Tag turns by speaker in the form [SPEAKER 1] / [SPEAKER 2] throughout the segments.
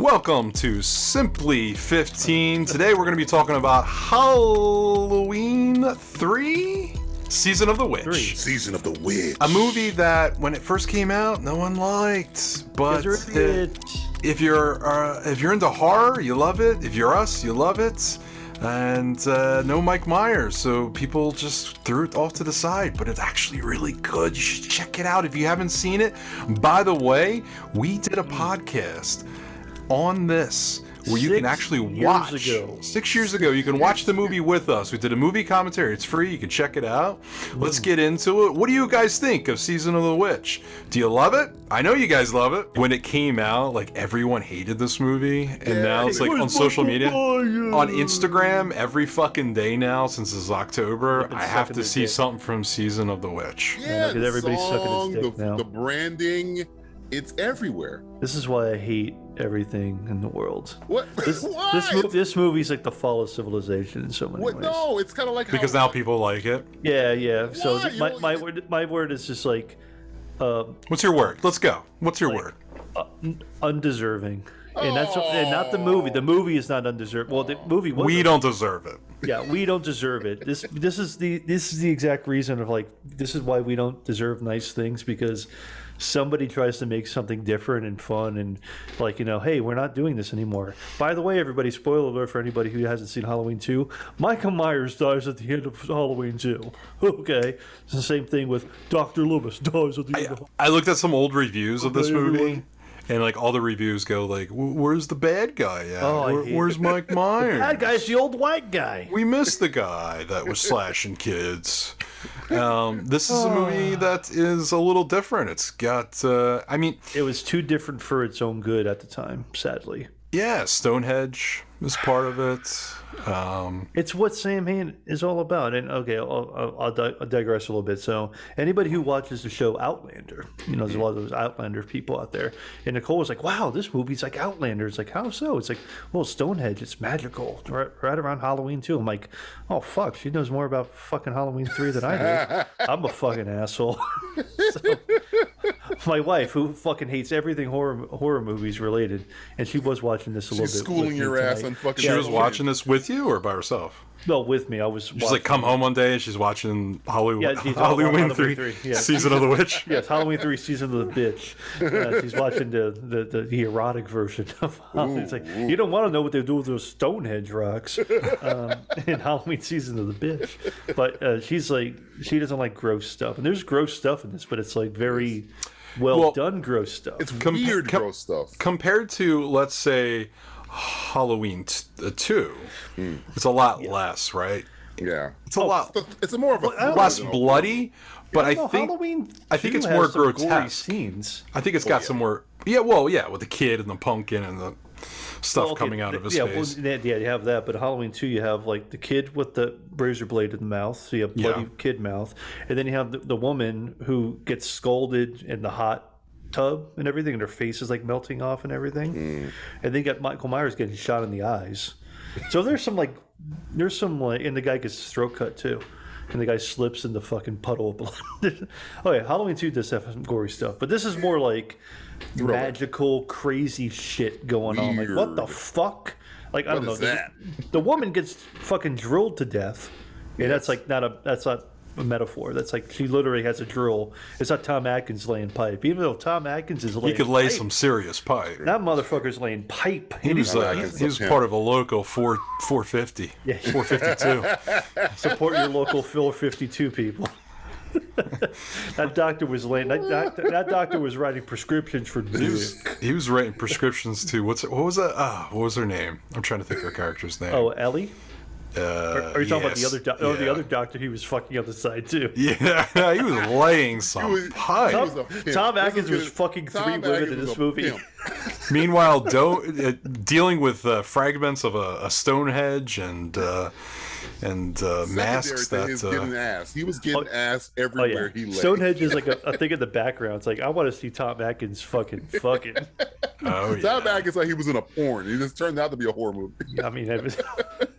[SPEAKER 1] Welcome to Simply 15. Today we're going to be talking about Halloween 3 Season of the Witch.
[SPEAKER 2] Three.
[SPEAKER 3] Season of the Witch.
[SPEAKER 1] A movie that when it first came out, no one liked, but the- if you're uh, if you're into horror, you love it. If you're us, you love it. And uh, no Mike Myers, so people just threw it off to the side. But it's actually really good. You should check it out if you haven't seen it. By the way, we did a podcast on this where you can
[SPEAKER 2] Six
[SPEAKER 1] actually
[SPEAKER 2] years
[SPEAKER 1] watch
[SPEAKER 2] ago.
[SPEAKER 1] six years ago. You can watch the movie with us. We did a movie commentary. It's free. You can check it out. Let's get into it. What do you guys think of Season of the Witch? Do you love it? I know you guys love it. When it came out, like everyone hated this movie, and now it's like on social media, on Instagram, every fucking day now since this October,
[SPEAKER 2] been
[SPEAKER 1] I have
[SPEAKER 2] sucking
[SPEAKER 1] to
[SPEAKER 2] their
[SPEAKER 1] see
[SPEAKER 2] dick.
[SPEAKER 1] something from Season of the Witch.
[SPEAKER 3] Yeah,
[SPEAKER 2] 'cause
[SPEAKER 3] the
[SPEAKER 2] everybody's sucking his
[SPEAKER 3] song,
[SPEAKER 2] dick
[SPEAKER 3] the,
[SPEAKER 2] now.
[SPEAKER 3] the branding, it's everywhere.
[SPEAKER 2] This is why I hate everything in the world.
[SPEAKER 3] What?
[SPEAKER 2] This,
[SPEAKER 3] Why?
[SPEAKER 2] this, mo-
[SPEAKER 3] It's-
[SPEAKER 2] this movie's like the fall of civilization in so many
[SPEAKER 3] what?
[SPEAKER 2] ways.
[SPEAKER 3] No, it's kind of like
[SPEAKER 1] Because
[SPEAKER 3] how,
[SPEAKER 1] now people like it.
[SPEAKER 2] Yeah, yeah. So
[SPEAKER 3] Why?
[SPEAKER 2] th-
[SPEAKER 3] You
[SPEAKER 2] my,
[SPEAKER 3] don't-
[SPEAKER 2] my word my word is just like um
[SPEAKER 1] What's your word? Let's go. What's your word?
[SPEAKER 2] undeserving, and that's what- and not
[SPEAKER 3] Oh.
[SPEAKER 2] the movie. The movie is not undeserving. Well, the movie was
[SPEAKER 1] We don't deserve it.
[SPEAKER 2] yeah, we don't deserve it. This this is the this is the exact reason of like this is why we don't deserve nice things because somebody tries to make something different and fun and like you know, hey, we're not doing this anymore. By the way, everybody, spoiler alert for anybody who hasn't seen Halloween two, Michael Myers dies at the end of Halloween two. Okay, it's the same thing with Doctor Loomis dies at the end.
[SPEAKER 1] Yeah,
[SPEAKER 2] of
[SPEAKER 1] I looked at some old reviews of this
[SPEAKER 2] Okay, everyone.
[SPEAKER 1] movie, and like all the reviews go like, "Wh- "Where's the bad guy at?
[SPEAKER 2] Oh, I
[SPEAKER 1] Where-
[SPEAKER 2] hate-
[SPEAKER 1] where's Mike Myers?
[SPEAKER 2] That guy's the old white guy.
[SPEAKER 1] We miss the guy that was slashing kids." Um, this is a movie
[SPEAKER 2] Ah.
[SPEAKER 1] that is a little different. It's got, uh, I mean,
[SPEAKER 2] It was too different for its own good at the time, sadly.
[SPEAKER 1] yeah, Stonehenge is part of it. Um,
[SPEAKER 2] It's what Sam Hain is all about. And okay, I'll, I'll, I'll, di- I'll digress a little bit. So, anybody who watches the show Outlander, you know,
[SPEAKER 3] Mm-hmm.
[SPEAKER 2] there's a lot of those Outlander people out there. And Nicole was like, wow, this movie's like Outlander. It's like, how so? It's like, well, Stonehenge, it's magical. Right, right around Halloween, too. I'm like, oh, fuck, she knows more about fucking Halloween 3 than I do. I'm a fucking asshole. My wife, who fucking hates everything horror horror movies related, and she was watching this a little
[SPEAKER 3] She's
[SPEAKER 2] bit. with
[SPEAKER 3] schooling
[SPEAKER 2] me
[SPEAKER 3] your ass
[SPEAKER 2] tonight.
[SPEAKER 3] on fucking.
[SPEAKER 1] she
[SPEAKER 2] Yeah,
[SPEAKER 1] was
[SPEAKER 2] she-
[SPEAKER 1] watching this with you or by herself?
[SPEAKER 2] No, with me. I was.
[SPEAKER 1] She's like, come home one day and she's watching Hollywood,
[SPEAKER 2] Yeah, she's all-
[SPEAKER 1] Halloween
[SPEAKER 2] Halloween
[SPEAKER 1] 3,
[SPEAKER 2] three, yeah.
[SPEAKER 1] Season of the Witch.
[SPEAKER 2] Yes, Halloween three season of the bitch. Uh, she's watching the, the, the, the erotic version of Halloween. It's like you don't want to know what they do with those Stonehenge rocks um, in Halloween season of the bitch. But uh, she's like she doesn't like gross stuff, and there's gross stuff in this, but it's like very well,
[SPEAKER 1] Well,
[SPEAKER 2] done gross stuff.
[SPEAKER 3] It's
[SPEAKER 1] Compa-
[SPEAKER 3] weird,
[SPEAKER 1] com-
[SPEAKER 3] gross stuff.
[SPEAKER 1] compared to let's say Halloween t- uh, two,
[SPEAKER 2] Hmm.
[SPEAKER 1] it's a lot less, right?
[SPEAKER 3] yeah,
[SPEAKER 1] It's a
[SPEAKER 2] Oh,
[SPEAKER 1] lot
[SPEAKER 3] It's- it's a more of a thriller
[SPEAKER 1] less
[SPEAKER 3] than a-
[SPEAKER 1] bloody, but I
[SPEAKER 2] No,
[SPEAKER 1] think
[SPEAKER 2] Halloween. Oh,
[SPEAKER 1] I think
[SPEAKER 2] 2
[SPEAKER 1] it's
[SPEAKER 2] has
[SPEAKER 1] more
[SPEAKER 2] some gory
[SPEAKER 1] grotesque.
[SPEAKER 2] scenes.
[SPEAKER 1] I think it's got some more. Yeah, well, yeah, with the kid and the pumpkin and the stuff
[SPEAKER 2] Well, okay,
[SPEAKER 1] coming out of
[SPEAKER 2] th-
[SPEAKER 1] his
[SPEAKER 2] yeah,
[SPEAKER 1] face.
[SPEAKER 2] Well, yeah, yeah, you have that, but Halloween two, you have like the kid with the razor blade in the mouth, so you have bloody
[SPEAKER 1] Yeah.
[SPEAKER 2] kid mouth, and then you have the, the woman who gets scalded in the hot tub and everything, and her face is like melting off and everything,
[SPEAKER 1] Mm.
[SPEAKER 2] and then you got Michael Myers getting shot in the eyes. So there's some like, there's some like, and the guy gets his throat cut too. And the guy slips in the fucking puddle of blood. okay, Halloween 2 does have some gory stuff, but this is more like magical, crazy shit going on. Like, what the
[SPEAKER 3] Weird.
[SPEAKER 2] fuck? Like, I don't know.
[SPEAKER 3] is
[SPEAKER 2] there's- The woman gets fucking drilled to death. And that's like not a that's not a metaphor. That's like she literally has a drill. It's not Tom Atkins laying pipe. Even though Tom Atkins is
[SPEAKER 1] he
[SPEAKER 2] laying
[SPEAKER 1] could lay
[SPEAKER 2] pipe,
[SPEAKER 1] some serious pipe.
[SPEAKER 2] that motherfucker's laying pipe.
[SPEAKER 1] He was, uh,
[SPEAKER 3] I can
[SPEAKER 1] he was
[SPEAKER 3] flip him.
[SPEAKER 1] part of a local four four fifty.
[SPEAKER 2] Yeah.
[SPEAKER 1] four fifty two.
[SPEAKER 2] Support your local Phil 52 people. that doctor was laying. That, doctor, that doctor was writing prescriptions for
[SPEAKER 1] He
[SPEAKER 2] dudes.
[SPEAKER 1] was he was writing prescriptions to what's what was that? Ah, what was her name? I'm trying to think of her character's name.
[SPEAKER 2] Oh, Ellie?
[SPEAKER 1] Uh,
[SPEAKER 2] Are you
[SPEAKER 1] yes,
[SPEAKER 2] talking about the other? Do- Oh, the
[SPEAKER 1] yeah.
[SPEAKER 2] other doctor he was fucking on the side too.
[SPEAKER 1] Yeah, he was laying some
[SPEAKER 3] was-
[SPEAKER 1] pipe.
[SPEAKER 3] He was a pimp.
[SPEAKER 2] Tom
[SPEAKER 3] This is
[SPEAKER 2] Atkins
[SPEAKER 3] good.
[SPEAKER 2] was fucking
[SPEAKER 3] Tom
[SPEAKER 2] three women
[SPEAKER 3] Atkins
[SPEAKER 2] in
[SPEAKER 3] was
[SPEAKER 2] this
[SPEAKER 3] a
[SPEAKER 2] movie.
[SPEAKER 3] pimp.
[SPEAKER 1] Meanwhile, do, uh, dealing with uh, fragments of a, a Stonehenge and uh, and uh, masks
[SPEAKER 3] Secondary to his
[SPEAKER 1] that.
[SPEAKER 3] getting
[SPEAKER 1] Uh,
[SPEAKER 3] ass. He was getting ass
[SPEAKER 2] Oh
[SPEAKER 3] everywhere
[SPEAKER 2] yeah,
[SPEAKER 3] he lay.
[SPEAKER 2] Stonehenge is like a, a thing in the background. It's like I want to see Tom Atkins fucking fucking.
[SPEAKER 1] oh
[SPEAKER 3] Tom
[SPEAKER 1] yeah.
[SPEAKER 3] Atkins like he was in a porn. He just turned out to be a horror movie.
[SPEAKER 2] I mean, it was,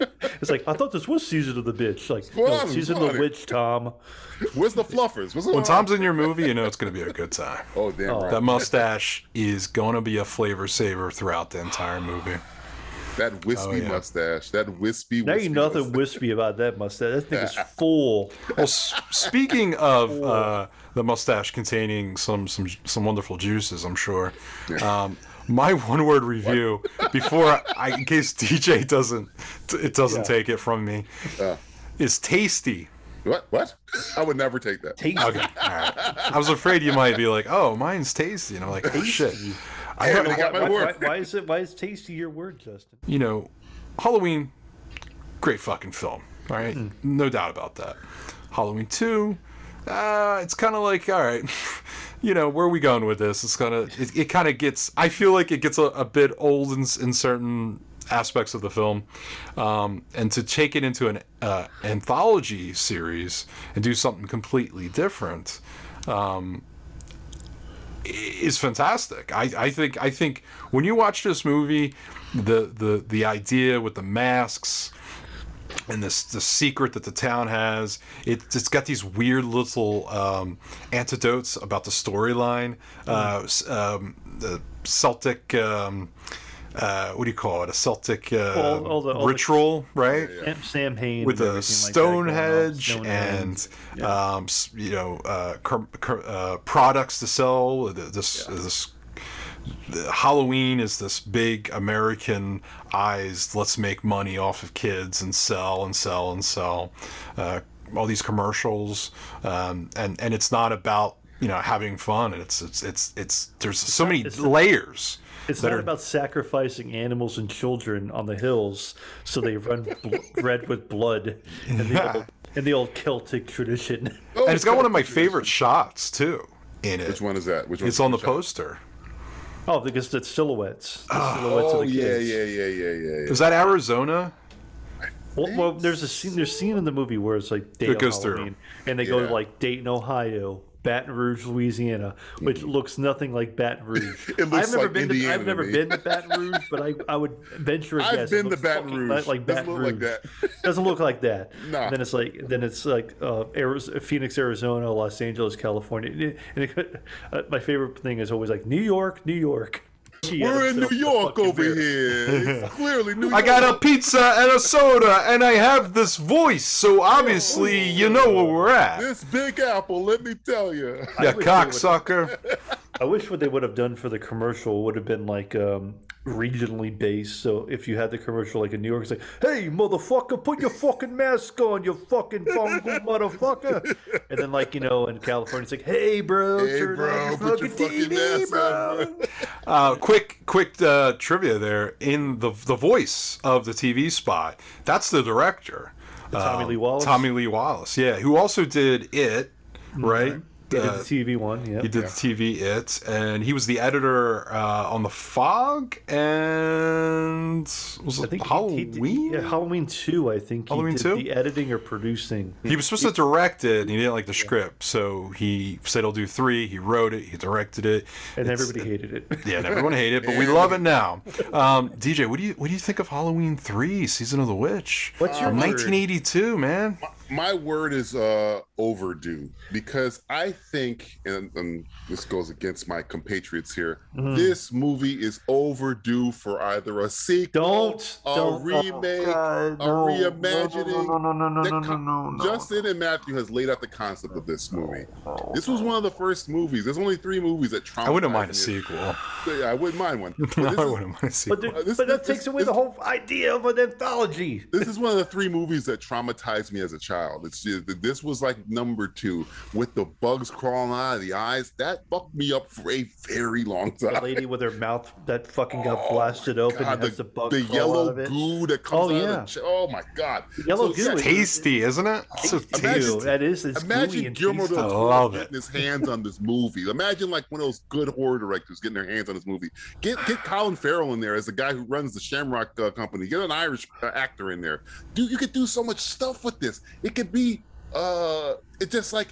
[SPEAKER 2] it's It's like I thought this was season of the bitch. Like
[SPEAKER 3] Well,
[SPEAKER 2] no,
[SPEAKER 3] I'm
[SPEAKER 2] season of the
[SPEAKER 3] sorry.
[SPEAKER 2] witch, Tom.
[SPEAKER 3] Where's the fluffers? Where's the
[SPEAKER 1] When Tom's in your movie, you know it's going to be a good time.
[SPEAKER 3] Oh damn
[SPEAKER 2] Oh.
[SPEAKER 3] right.
[SPEAKER 1] That mustache is going to be a flavor saver throughout the entire movie.
[SPEAKER 3] That wispy
[SPEAKER 1] Oh, yeah.
[SPEAKER 3] mustache. That wispy.
[SPEAKER 2] Now
[SPEAKER 3] wispy
[SPEAKER 2] you nothing
[SPEAKER 3] mustache.
[SPEAKER 2] wispy about that mustache. That thing is full.
[SPEAKER 1] Well, s- speaking of uh, the mustache containing some some some wonderful juices, I'm sure. Um, my one word review before I, in case DJ doesn't it doesn't
[SPEAKER 2] Yeah.
[SPEAKER 1] take it from me
[SPEAKER 3] Uh.
[SPEAKER 1] is tasty.
[SPEAKER 3] What? What? I would never take that.
[SPEAKER 2] Tasty.
[SPEAKER 1] Okay, all right. I was afraid you might be like, "Oh, mine's tasty," and I'm like, "Oh shit." I
[SPEAKER 3] Damn,
[SPEAKER 1] don't-
[SPEAKER 3] I got
[SPEAKER 2] Why,
[SPEAKER 3] my
[SPEAKER 2] why,
[SPEAKER 3] word.
[SPEAKER 2] why is it? Why is tasty your word, Justin?
[SPEAKER 1] you know, Halloween, great fucking film. All right? no doubt about that. Halloween two, uh, it's kind of like all right, you know, where are we going with this? It's kind of it, it kind of gets. I feel like it gets a, a bit old in, s- in certain aspects of the film, um, and to take it into an uh, anthology series and do something completely different is fantastic. I, I think I think when you watch this movie, the the the idea with the masks and this the secret that the town has, it, it's got these weird little um, antidotes about the storyline.
[SPEAKER 2] Hmm.
[SPEAKER 1] Uh, s- um, the Celtic. Um, uh, what do you call it? A Celtic uh,
[SPEAKER 2] All- all the- all the-
[SPEAKER 1] ritual, right?
[SPEAKER 2] Sam, Sam Hain
[SPEAKER 1] with
[SPEAKER 2] and
[SPEAKER 1] the
[SPEAKER 2] everything like that going on.
[SPEAKER 1] Stonehenge
[SPEAKER 2] Stonehenge.
[SPEAKER 1] and um, s- you know uh, cur- cur- uh, products to sell. Uh, th- This this the Halloween is this big American eyes. Let's make money off of kids and sell and sell and sell. Uh, all these commercials, um, and and it's not about you know having fun. And it's it's it's it's there's so many
[SPEAKER 2] it's not-
[SPEAKER 1] layers.
[SPEAKER 2] It's
[SPEAKER 1] that
[SPEAKER 2] not
[SPEAKER 1] are-
[SPEAKER 2] about sacrificing animals and children on the hills so they run bl- red with blood and the, old, and the old Celtic tradition.
[SPEAKER 3] Oh,
[SPEAKER 1] and it's got one of my
[SPEAKER 3] God.
[SPEAKER 1] favorite shots too in it.
[SPEAKER 3] Which one is that? Which one?
[SPEAKER 1] It's on the poster.
[SPEAKER 2] Oh, because it's silhouettes. The silhouettes
[SPEAKER 3] Oh
[SPEAKER 2] of the
[SPEAKER 3] yeah,
[SPEAKER 2] kids.
[SPEAKER 3] yeah, yeah, yeah, yeah. yeah.
[SPEAKER 1] Is that Arizona?
[SPEAKER 2] Well, well, there's a scene. There's a scene in the movie where it's like day
[SPEAKER 1] It
[SPEAKER 2] of
[SPEAKER 1] goes through.
[SPEAKER 2] Halloween, and they go
[SPEAKER 3] Yeah.
[SPEAKER 2] to like Dayton, Ohio, Baton Rouge, Louisiana, which looks nothing like Baton Rouge.
[SPEAKER 3] Mm. It looks
[SPEAKER 2] I've never
[SPEAKER 3] like
[SPEAKER 2] been. To,
[SPEAKER 3] Indiana
[SPEAKER 2] I've
[SPEAKER 3] to
[SPEAKER 2] never
[SPEAKER 3] me.
[SPEAKER 2] been to Baton Rouge, but I, I would venture a
[SPEAKER 3] I've
[SPEAKER 2] guess. it
[SPEAKER 3] been to
[SPEAKER 2] looks
[SPEAKER 3] Baton
[SPEAKER 2] fucking
[SPEAKER 3] Rouge.
[SPEAKER 2] Like, like
[SPEAKER 3] Doesn't
[SPEAKER 2] Baton
[SPEAKER 3] look like
[SPEAKER 2] Rouge. Doesn't look like that.
[SPEAKER 3] Nah.
[SPEAKER 2] Then it's like then it's like uh, Arizona, Phoenix, Arizona, Los Angeles, California, and, it- and it, uh, my favorite thing is always like New York, New York. She had
[SPEAKER 3] We're in
[SPEAKER 2] herself
[SPEAKER 3] New
[SPEAKER 2] a
[SPEAKER 3] York
[SPEAKER 2] fucking beer.
[SPEAKER 3] over here. It's clearly New York.
[SPEAKER 1] I got a pizza and a soda, and I have this voice, so obviously you know where we're at.
[SPEAKER 3] this Big Apple. Let me tell you.
[SPEAKER 1] You cocksucker.
[SPEAKER 2] I wish what they would have done for the commercial would have been like um, regionally based. So if you had the commercial like in New York, it's like, "Hey, motherfucker, put your fucking mask on, you fucking fungal motherfucker," and then like you know in California, it's like, "Hey, bro,
[SPEAKER 3] Hey,
[SPEAKER 2] turn
[SPEAKER 3] bro,
[SPEAKER 2] on your
[SPEAKER 3] put your
[SPEAKER 2] fucking
[SPEAKER 3] fucking
[SPEAKER 2] TV,
[SPEAKER 3] mask on,
[SPEAKER 2] bro."
[SPEAKER 1] Uh, quick, quick uh, trivia there. In the the voice of the TV spot, that's the director,
[SPEAKER 2] Tommy
[SPEAKER 1] Um,
[SPEAKER 2] Lee Wallace?
[SPEAKER 1] Tommy Lee Wallace, yeah, who also did it, right?
[SPEAKER 2] He did
[SPEAKER 1] Uh,
[SPEAKER 2] the TV one, yeah.
[SPEAKER 1] He did the TV It, and he was the editor uh, on The Fog and was
[SPEAKER 2] I
[SPEAKER 1] it
[SPEAKER 2] think he-
[SPEAKER 1] Halloween?
[SPEAKER 2] He, did, yeah, Halloween two. I think he
[SPEAKER 1] Halloween
[SPEAKER 2] did
[SPEAKER 1] 2?
[SPEAKER 2] the editing or producing.
[SPEAKER 1] He was supposed to direct it, and he didn't like the script, so he said he'll do three. He wrote it, he directed it,
[SPEAKER 2] And
[SPEAKER 1] It's-
[SPEAKER 2] everybody hated it.
[SPEAKER 1] Yeah, and everyone hated it, but we love it now. Um, DJ, what do you what do you think of Halloween three, Season of the Witch?
[SPEAKER 2] What's your
[SPEAKER 1] From
[SPEAKER 2] word?
[SPEAKER 1] 1982, man?
[SPEAKER 3] my word is uh overdue because i think and, and this goes against my compatriots here
[SPEAKER 2] Mm-hmm.
[SPEAKER 3] this movie is overdue for either a sequel
[SPEAKER 2] Don't
[SPEAKER 3] a
[SPEAKER 2] don't
[SPEAKER 3] remake
[SPEAKER 2] Oh, God,
[SPEAKER 3] a
[SPEAKER 2] no,
[SPEAKER 3] reimagining
[SPEAKER 2] No, no, no, no,
[SPEAKER 3] The
[SPEAKER 2] no, no,
[SPEAKER 3] co-
[SPEAKER 2] no, Oh, no.
[SPEAKER 3] justin and matthew has laid out the concept of this movie this was one of the first movies there's only three movies that
[SPEAKER 1] I wouldn't mind a
[SPEAKER 3] traumatized me.
[SPEAKER 1] sequel.
[SPEAKER 3] yeah, i wouldn't mind one But
[SPEAKER 1] No,
[SPEAKER 3] this
[SPEAKER 1] I
[SPEAKER 3] is-
[SPEAKER 1] wouldn't mind a sequel.
[SPEAKER 2] But, the-
[SPEAKER 3] This-
[SPEAKER 2] but that
[SPEAKER 3] this-
[SPEAKER 2] takes away the whole idea of an anthology.
[SPEAKER 3] this is one of the three movies that traumatized me as a child. It's just, this was like number two with the bugs crawling out of the eyes. That fucked me up for a very long
[SPEAKER 2] The
[SPEAKER 3] time.
[SPEAKER 2] lady with her mouth that fucking got blasted open
[SPEAKER 3] Oh God,
[SPEAKER 2] and has the, bug
[SPEAKER 3] the
[SPEAKER 2] crawl out
[SPEAKER 3] yellow
[SPEAKER 2] of it.
[SPEAKER 3] goo that comes
[SPEAKER 2] Oh,
[SPEAKER 3] out
[SPEAKER 2] yeah.
[SPEAKER 3] of the ch- oh my god,
[SPEAKER 2] Yellow goo
[SPEAKER 3] yeah,
[SPEAKER 2] is-
[SPEAKER 1] tasty, isn't it? So
[SPEAKER 3] Imagine-
[SPEAKER 2] Ew,
[SPEAKER 1] tasty.
[SPEAKER 2] that is it's gooey
[SPEAKER 3] Imagine
[SPEAKER 2] and
[SPEAKER 3] Guillermo
[SPEAKER 2] tasty.
[SPEAKER 3] del
[SPEAKER 1] I love
[SPEAKER 3] Toro
[SPEAKER 1] it.
[SPEAKER 3] getting his hands on this movie. Imagine like one of those good horror directors getting their hands on this movie. Get get Colin Farrell in there as the guy who runs the Shamrock uh, Company. Get an Irish uh, actor in there. Dude, you could do so much stuff with this. It could be uh, it's just like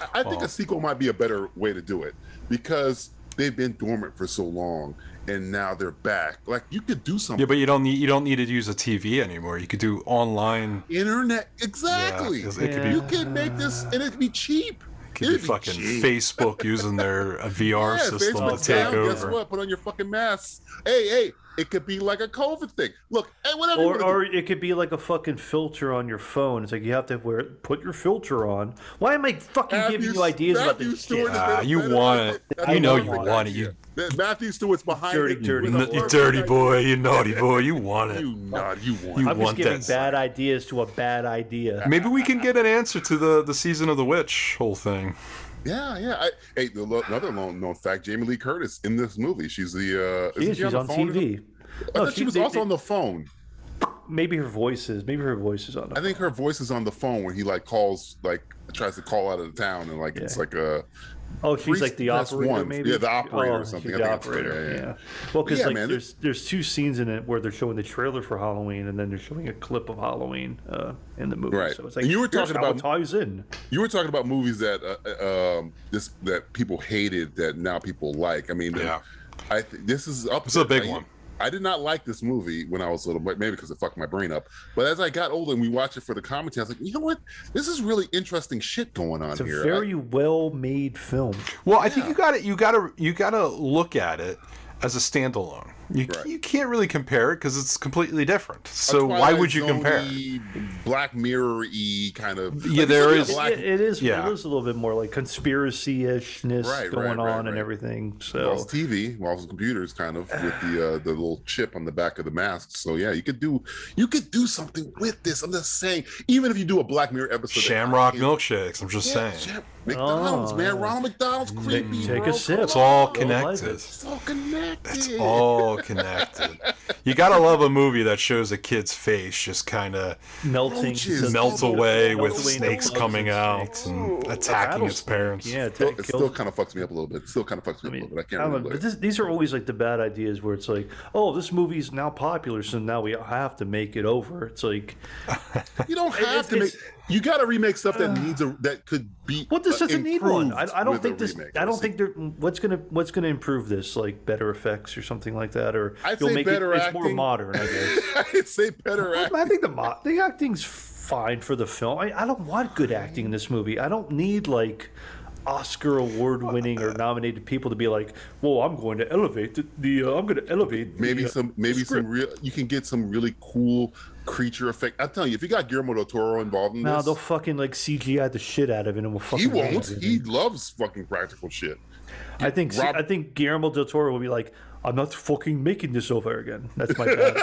[SPEAKER 3] I, I think
[SPEAKER 1] Well-
[SPEAKER 3] a sequel might be a better way to do it because they've been dormant for so long. and now they're back. Like you could do something.
[SPEAKER 1] Yeah, but you don't need you don't need to use a TV anymore. You could do online.
[SPEAKER 3] Internet, exactly.
[SPEAKER 1] Yeah, 'cause it could be-
[SPEAKER 3] You could make this, and it could be cheap.
[SPEAKER 1] It could be
[SPEAKER 3] It'd be
[SPEAKER 1] fucking
[SPEAKER 3] cheap.
[SPEAKER 1] Facebook using their uh, VR system to
[SPEAKER 3] Facebook's
[SPEAKER 1] take
[SPEAKER 3] down.
[SPEAKER 1] over.
[SPEAKER 3] Guess what? Put on your fucking masks. Hey, hey, it could be like a COVID thing. Look, hey, whatever. you
[SPEAKER 2] Or,
[SPEAKER 3] wanna do.
[SPEAKER 2] or it could be like a fucking filter on your phone. It's like you have to wear put your filter on. Why am I fucking
[SPEAKER 3] Matthew-
[SPEAKER 2] giving you ideas about
[SPEAKER 3] Matthew
[SPEAKER 2] this
[SPEAKER 3] Stewart
[SPEAKER 2] shit?
[SPEAKER 3] is
[SPEAKER 1] Ah,
[SPEAKER 3] better-
[SPEAKER 1] you
[SPEAKER 3] better
[SPEAKER 1] want
[SPEAKER 3] than-
[SPEAKER 1] it.
[SPEAKER 3] that's
[SPEAKER 2] You
[SPEAKER 3] a
[SPEAKER 2] know you
[SPEAKER 3] perfect
[SPEAKER 1] want it.
[SPEAKER 3] idea.
[SPEAKER 1] You-
[SPEAKER 3] That Matthew Stewart's behind
[SPEAKER 2] Dirty,
[SPEAKER 3] it
[SPEAKER 2] dirty
[SPEAKER 3] with a
[SPEAKER 1] N- you
[SPEAKER 3] horrible
[SPEAKER 1] dirty
[SPEAKER 3] idea.
[SPEAKER 1] boy, you naughty boy, you want
[SPEAKER 3] You
[SPEAKER 1] it.
[SPEAKER 3] not you want.
[SPEAKER 1] You
[SPEAKER 3] it.
[SPEAKER 2] I'm just
[SPEAKER 1] want
[SPEAKER 2] giving
[SPEAKER 1] that.
[SPEAKER 2] bad ideas to a bad idea.
[SPEAKER 1] Maybe we can get an answer to the the season of the witch whole thing.
[SPEAKER 3] Yeah, yeah. I, hey, the lo- another long known fact: Jamie Lee Curtis in this movie. She's the. Uh,
[SPEAKER 2] She
[SPEAKER 3] isn't
[SPEAKER 2] is,
[SPEAKER 3] she
[SPEAKER 2] she's
[SPEAKER 3] the
[SPEAKER 2] on
[SPEAKER 3] phone?
[SPEAKER 2] TV.
[SPEAKER 3] I
[SPEAKER 2] No,
[SPEAKER 3] thought she,
[SPEAKER 2] she-
[SPEAKER 3] was
[SPEAKER 2] they-
[SPEAKER 3] also
[SPEAKER 2] they-
[SPEAKER 3] on the phone.
[SPEAKER 2] Maybe her voice is. Maybe her voice is on.
[SPEAKER 3] I
[SPEAKER 2] it.
[SPEAKER 3] think her voice is on the phone when he like calls, like tries to call out of the town, and like it's
[SPEAKER 2] Yeah.
[SPEAKER 3] like a.
[SPEAKER 2] Oh, she's
[SPEAKER 3] Priest
[SPEAKER 2] like the
[SPEAKER 3] press
[SPEAKER 2] operator,
[SPEAKER 3] one.
[SPEAKER 2] maybe. Oh,
[SPEAKER 3] Yeah, the operator or
[SPEAKER 2] she's
[SPEAKER 3] something. I
[SPEAKER 2] The
[SPEAKER 3] think that's right,
[SPEAKER 2] operator.
[SPEAKER 3] yeah,
[SPEAKER 2] Yeah.
[SPEAKER 3] yeah.
[SPEAKER 2] Well, because
[SPEAKER 3] Yeah,
[SPEAKER 2] like
[SPEAKER 3] man,
[SPEAKER 2] there's there's two scenes in it where they're showing the trailer for Halloween and then they're showing a clip of Halloween uh, in the movie.
[SPEAKER 3] Right.
[SPEAKER 2] So it's like
[SPEAKER 3] And you were
[SPEAKER 2] here's
[SPEAKER 3] talking
[SPEAKER 2] how
[SPEAKER 3] about-
[SPEAKER 2] it ties in.
[SPEAKER 3] You were talking about movies that uh, uh, um, this that people hated that now people like. I mean,
[SPEAKER 1] Yeah.
[SPEAKER 3] I th- this is up.
[SPEAKER 1] It's a big
[SPEAKER 3] I-
[SPEAKER 1] one.
[SPEAKER 3] I did not like this movie when I was little, but maybe because it fucked my brain up. But as I got older and we watched it for the commentary, I was like, you know what? This is really interesting shit going on
[SPEAKER 2] It's a
[SPEAKER 3] here. I-
[SPEAKER 2] very well made film.
[SPEAKER 1] Well, I think you got to you got to you got to look at it as a standalone. You
[SPEAKER 3] Right.
[SPEAKER 1] you can't really compare it because it's completely different.
[SPEAKER 3] a
[SPEAKER 1] So why
[SPEAKER 3] Twilight
[SPEAKER 1] would you compare?
[SPEAKER 3] Zone-y, Black Mirror y kind of.
[SPEAKER 1] Yeah,
[SPEAKER 3] you
[SPEAKER 1] there
[SPEAKER 3] said,
[SPEAKER 1] is-
[SPEAKER 3] Black
[SPEAKER 2] it, it is
[SPEAKER 1] yeah.
[SPEAKER 2] it is a little bit more like conspiracy ishness
[SPEAKER 3] Right, right,
[SPEAKER 2] going on
[SPEAKER 3] right, right.
[SPEAKER 2] and everything. So
[SPEAKER 3] Lost TV, Lost computers, kind of with the uh, the little chip on the back of the mask. So yeah, you could do you could do something with this. I'm just saying, even if you do a Black Mirror episode, that-
[SPEAKER 1] Shamrock milkshakes. I'm just
[SPEAKER 3] yeah,
[SPEAKER 1] saying.
[SPEAKER 3] Sham- McDonald's,
[SPEAKER 2] Oh,
[SPEAKER 3] man,
[SPEAKER 2] yeah.
[SPEAKER 3] Ronald McDonald's creepy.
[SPEAKER 2] take a
[SPEAKER 3] bro.
[SPEAKER 2] sip.
[SPEAKER 3] Come
[SPEAKER 1] It's all
[SPEAKER 3] on.
[SPEAKER 1] connected.
[SPEAKER 3] It's all connected.
[SPEAKER 1] It's all connected. You gotta love a movie that shows a kid's face just kind of
[SPEAKER 2] melting
[SPEAKER 3] Roaches.
[SPEAKER 2] the-
[SPEAKER 1] melt
[SPEAKER 3] Melting
[SPEAKER 1] away
[SPEAKER 2] melt
[SPEAKER 1] with
[SPEAKER 2] away in the
[SPEAKER 1] snakes
[SPEAKER 2] bugs
[SPEAKER 1] coming
[SPEAKER 2] and
[SPEAKER 1] out
[SPEAKER 2] snakes.
[SPEAKER 1] and
[SPEAKER 2] A
[SPEAKER 1] attacking its
[SPEAKER 2] rattlesnake,
[SPEAKER 1] parents.
[SPEAKER 2] Yeah,
[SPEAKER 3] Still-
[SPEAKER 2] it
[SPEAKER 3] it
[SPEAKER 2] kills
[SPEAKER 3] still kind of fucks me up a little bit. It still kind of fucks me
[SPEAKER 2] I mean,
[SPEAKER 3] up a little bit. I can't
[SPEAKER 2] I don't know,
[SPEAKER 3] remember.
[SPEAKER 2] but this, these are always like the bad ideas where it's like, oh, this movie's now popular, so now we have to make it over. It's like,
[SPEAKER 3] You don't have
[SPEAKER 2] it's-
[SPEAKER 3] to make.
[SPEAKER 2] it's-
[SPEAKER 3] You got to remake stuff that needs a that could be.
[SPEAKER 2] what this
[SPEAKER 3] uh,
[SPEAKER 2] doesn't need one. I,
[SPEAKER 3] improved
[SPEAKER 2] I don't
[SPEAKER 3] with a
[SPEAKER 2] think this.
[SPEAKER 3] remake or
[SPEAKER 2] I
[SPEAKER 3] a
[SPEAKER 2] don't think
[SPEAKER 3] sequel.
[SPEAKER 2] they're what's gonna what's gonna improve this like better effects or something like that, or
[SPEAKER 3] I'd
[SPEAKER 2] you'll
[SPEAKER 3] say
[SPEAKER 2] make
[SPEAKER 3] better
[SPEAKER 2] it it's more
[SPEAKER 3] acting.
[SPEAKER 2] modern. I guess.
[SPEAKER 3] I'd say better act.
[SPEAKER 2] I think the mo- the acting's fine for the film. I, I don't want good acting in this movie. I don't need like Oscar award winning or nominated people to be like, "Whoa, I'm going to elevate the, the uh, I'm going to elevate." the,
[SPEAKER 3] maybe
[SPEAKER 2] uh,
[SPEAKER 3] some maybe some real you can get some really cool creature effect. I'm telling you, if you got Guillermo del Toro involved in
[SPEAKER 2] No,
[SPEAKER 3] this,
[SPEAKER 2] they'll fucking like CGI the shit out of it, and we'll fucking.
[SPEAKER 3] he won't.
[SPEAKER 2] ruin it.
[SPEAKER 3] He loves fucking practical shit.
[SPEAKER 2] I think
[SPEAKER 3] Rob-
[SPEAKER 2] I think Guillermo del Toro will be like, "I'm not fucking making this over again." That's my bad.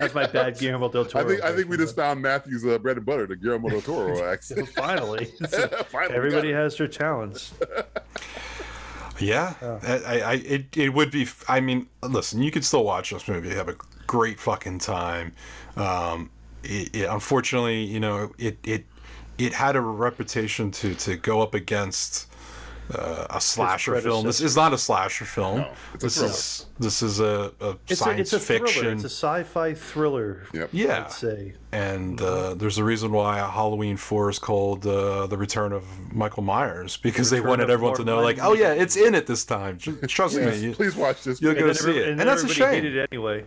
[SPEAKER 2] That's my bad Guillermo del
[SPEAKER 3] I
[SPEAKER 2] Toro.
[SPEAKER 3] think I think we
[SPEAKER 2] impression,
[SPEAKER 3] just found Matthew's uh, bread and butter, the Guillermo del Toro
[SPEAKER 2] but-
[SPEAKER 3] accent.
[SPEAKER 2] finally.
[SPEAKER 3] Finally, we
[SPEAKER 2] Everybody
[SPEAKER 3] got it.
[SPEAKER 2] has their talents.
[SPEAKER 1] Yeah, I, I, it, it would be. I mean, listen, you could still watch this movie, have a great fucking time. Um, it, it, unfortunately, you know, it, it, it had a reputation to to go up against uh, a slasher film. This is not a slasher film.
[SPEAKER 3] No, it's a
[SPEAKER 1] this is this is a, a
[SPEAKER 2] It's a,
[SPEAKER 1] science
[SPEAKER 2] it's a thriller.
[SPEAKER 1] fiction.
[SPEAKER 2] It's a sci-fi thriller.
[SPEAKER 3] Yep.
[SPEAKER 1] yeah,
[SPEAKER 2] I'd say.
[SPEAKER 1] and uh,
[SPEAKER 2] Mm-hmm.
[SPEAKER 1] there's a reason why Halloween Four is called uh, the Return of Michael Myers because they
[SPEAKER 2] Return
[SPEAKER 1] wanted
[SPEAKER 2] of
[SPEAKER 1] everyone to
[SPEAKER 2] Mark
[SPEAKER 1] know, like,
[SPEAKER 2] Myers.
[SPEAKER 1] oh yeah, it's in it this time. Ju- Trust
[SPEAKER 3] Please,
[SPEAKER 1] me, you,
[SPEAKER 3] please watch this.
[SPEAKER 1] you'll go
[SPEAKER 2] And
[SPEAKER 1] see
[SPEAKER 2] every-
[SPEAKER 1] it,
[SPEAKER 2] and
[SPEAKER 1] and, that's a
[SPEAKER 2] everybody
[SPEAKER 1] shame.
[SPEAKER 2] hated it anyway.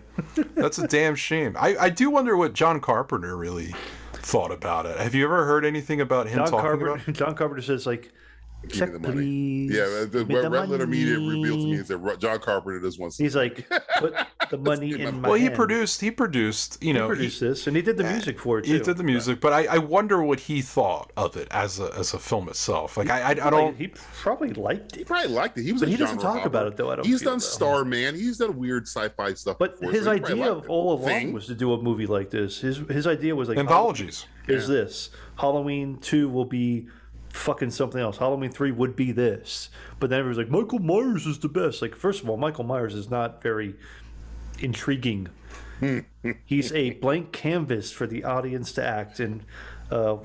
[SPEAKER 1] That's a damn shame. I, I do wonder what John Carpenter really thought about it. Have you ever heard anything about him
[SPEAKER 2] John
[SPEAKER 1] talking about?
[SPEAKER 2] Carpenter. John Carpenter says like,
[SPEAKER 3] Give me
[SPEAKER 2] check
[SPEAKER 3] the money.
[SPEAKER 2] please.
[SPEAKER 3] Yeah, the,
[SPEAKER 2] Give me
[SPEAKER 3] what Red
[SPEAKER 2] money."
[SPEAKER 3] Letter Media revealed to me is that Ro- John Carpenter does one.
[SPEAKER 2] He's like, put the money in my.
[SPEAKER 1] Well, he
[SPEAKER 2] hand."
[SPEAKER 1] produced. He produced. You
[SPEAKER 2] He
[SPEAKER 1] know,
[SPEAKER 2] produced this, and he did the music for it too.
[SPEAKER 1] he did the music, but I, I wonder what he thought of it as a as a film itself. Like I I, I
[SPEAKER 2] Like,
[SPEAKER 1] don't.
[SPEAKER 2] he probably liked
[SPEAKER 3] He
[SPEAKER 2] it,
[SPEAKER 3] probably liked it. He was.
[SPEAKER 2] But
[SPEAKER 3] a
[SPEAKER 2] he doesn't
[SPEAKER 3] genre
[SPEAKER 2] talk
[SPEAKER 3] hopper.
[SPEAKER 2] about it, though, I don't
[SPEAKER 3] He's
[SPEAKER 2] feel,
[SPEAKER 3] done
[SPEAKER 2] though.
[SPEAKER 3] Starman. He's done weird sci-fi stuff.
[SPEAKER 2] but
[SPEAKER 3] before,
[SPEAKER 2] his
[SPEAKER 3] so he probably
[SPEAKER 2] idea
[SPEAKER 3] liked
[SPEAKER 2] of
[SPEAKER 3] it.
[SPEAKER 2] all along
[SPEAKER 3] Thing.
[SPEAKER 2] was to do a movie like this. His his idea was like
[SPEAKER 1] Anthologies.
[SPEAKER 2] is this. Halloween 2 will be fucking something else. Halloween 3 would be this. But then everyone's like, Michael Myers is the best. Like, first of all, Michael Myers is not very intriguing.
[SPEAKER 1] Hmm.
[SPEAKER 2] He's a blank canvas for the audience to act in. Uh,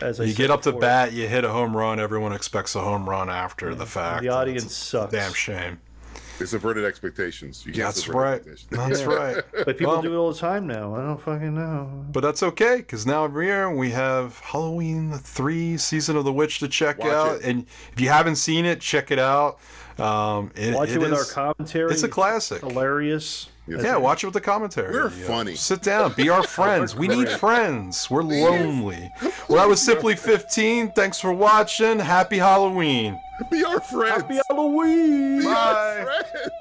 [SPEAKER 2] as I
[SPEAKER 1] You
[SPEAKER 2] said
[SPEAKER 1] get up to
[SPEAKER 2] before,
[SPEAKER 1] bat, you hit a home run. Everyone expects a home run after the fact.
[SPEAKER 2] The
[SPEAKER 1] and
[SPEAKER 2] audience
[SPEAKER 1] it's a
[SPEAKER 2] sucks.
[SPEAKER 1] Damn shame.
[SPEAKER 3] It's subverted expectations. You can't
[SPEAKER 1] That's
[SPEAKER 3] subvert
[SPEAKER 1] right.
[SPEAKER 3] expectations.
[SPEAKER 1] That's right.
[SPEAKER 2] But people
[SPEAKER 1] Well-
[SPEAKER 2] do it all the time now. I don't fucking know.
[SPEAKER 1] But that's okay, because now every year we have Halloween 3 Season of the Witch to check
[SPEAKER 3] Watch
[SPEAKER 1] out.
[SPEAKER 3] it.
[SPEAKER 1] And if you haven't seen it, check it out. Um, it,
[SPEAKER 2] Watch it, with
[SPEAKER 1] is-
[SPEAKER 2] our commentary.
[SPEAKER 1] It's a classic.
[SPEAKER 2] Hilarious.
[SPEAKER 3] Yes.
[SPEAKER 1] Yeah, watch it with the commentary.
[SPEAKER 3] We're
[SPEAKER 1] Yeah.
[SPEAKER 3] funny.
[SPEAKER 1] Sit down. Be our friends. We need
[SPEAKER 3] great.
[SPEAKER 1] friends. We're lonely. Well, that was Simply 15. Thanks for watching. Happy Halloween.
[SPEAKER 3] Be our friends.
[SPEAKER 2] Happy Halloween.
[SPEAKER 3] Be
[SPEAKER 1] Bye.
[SPEAKER 3] our friends.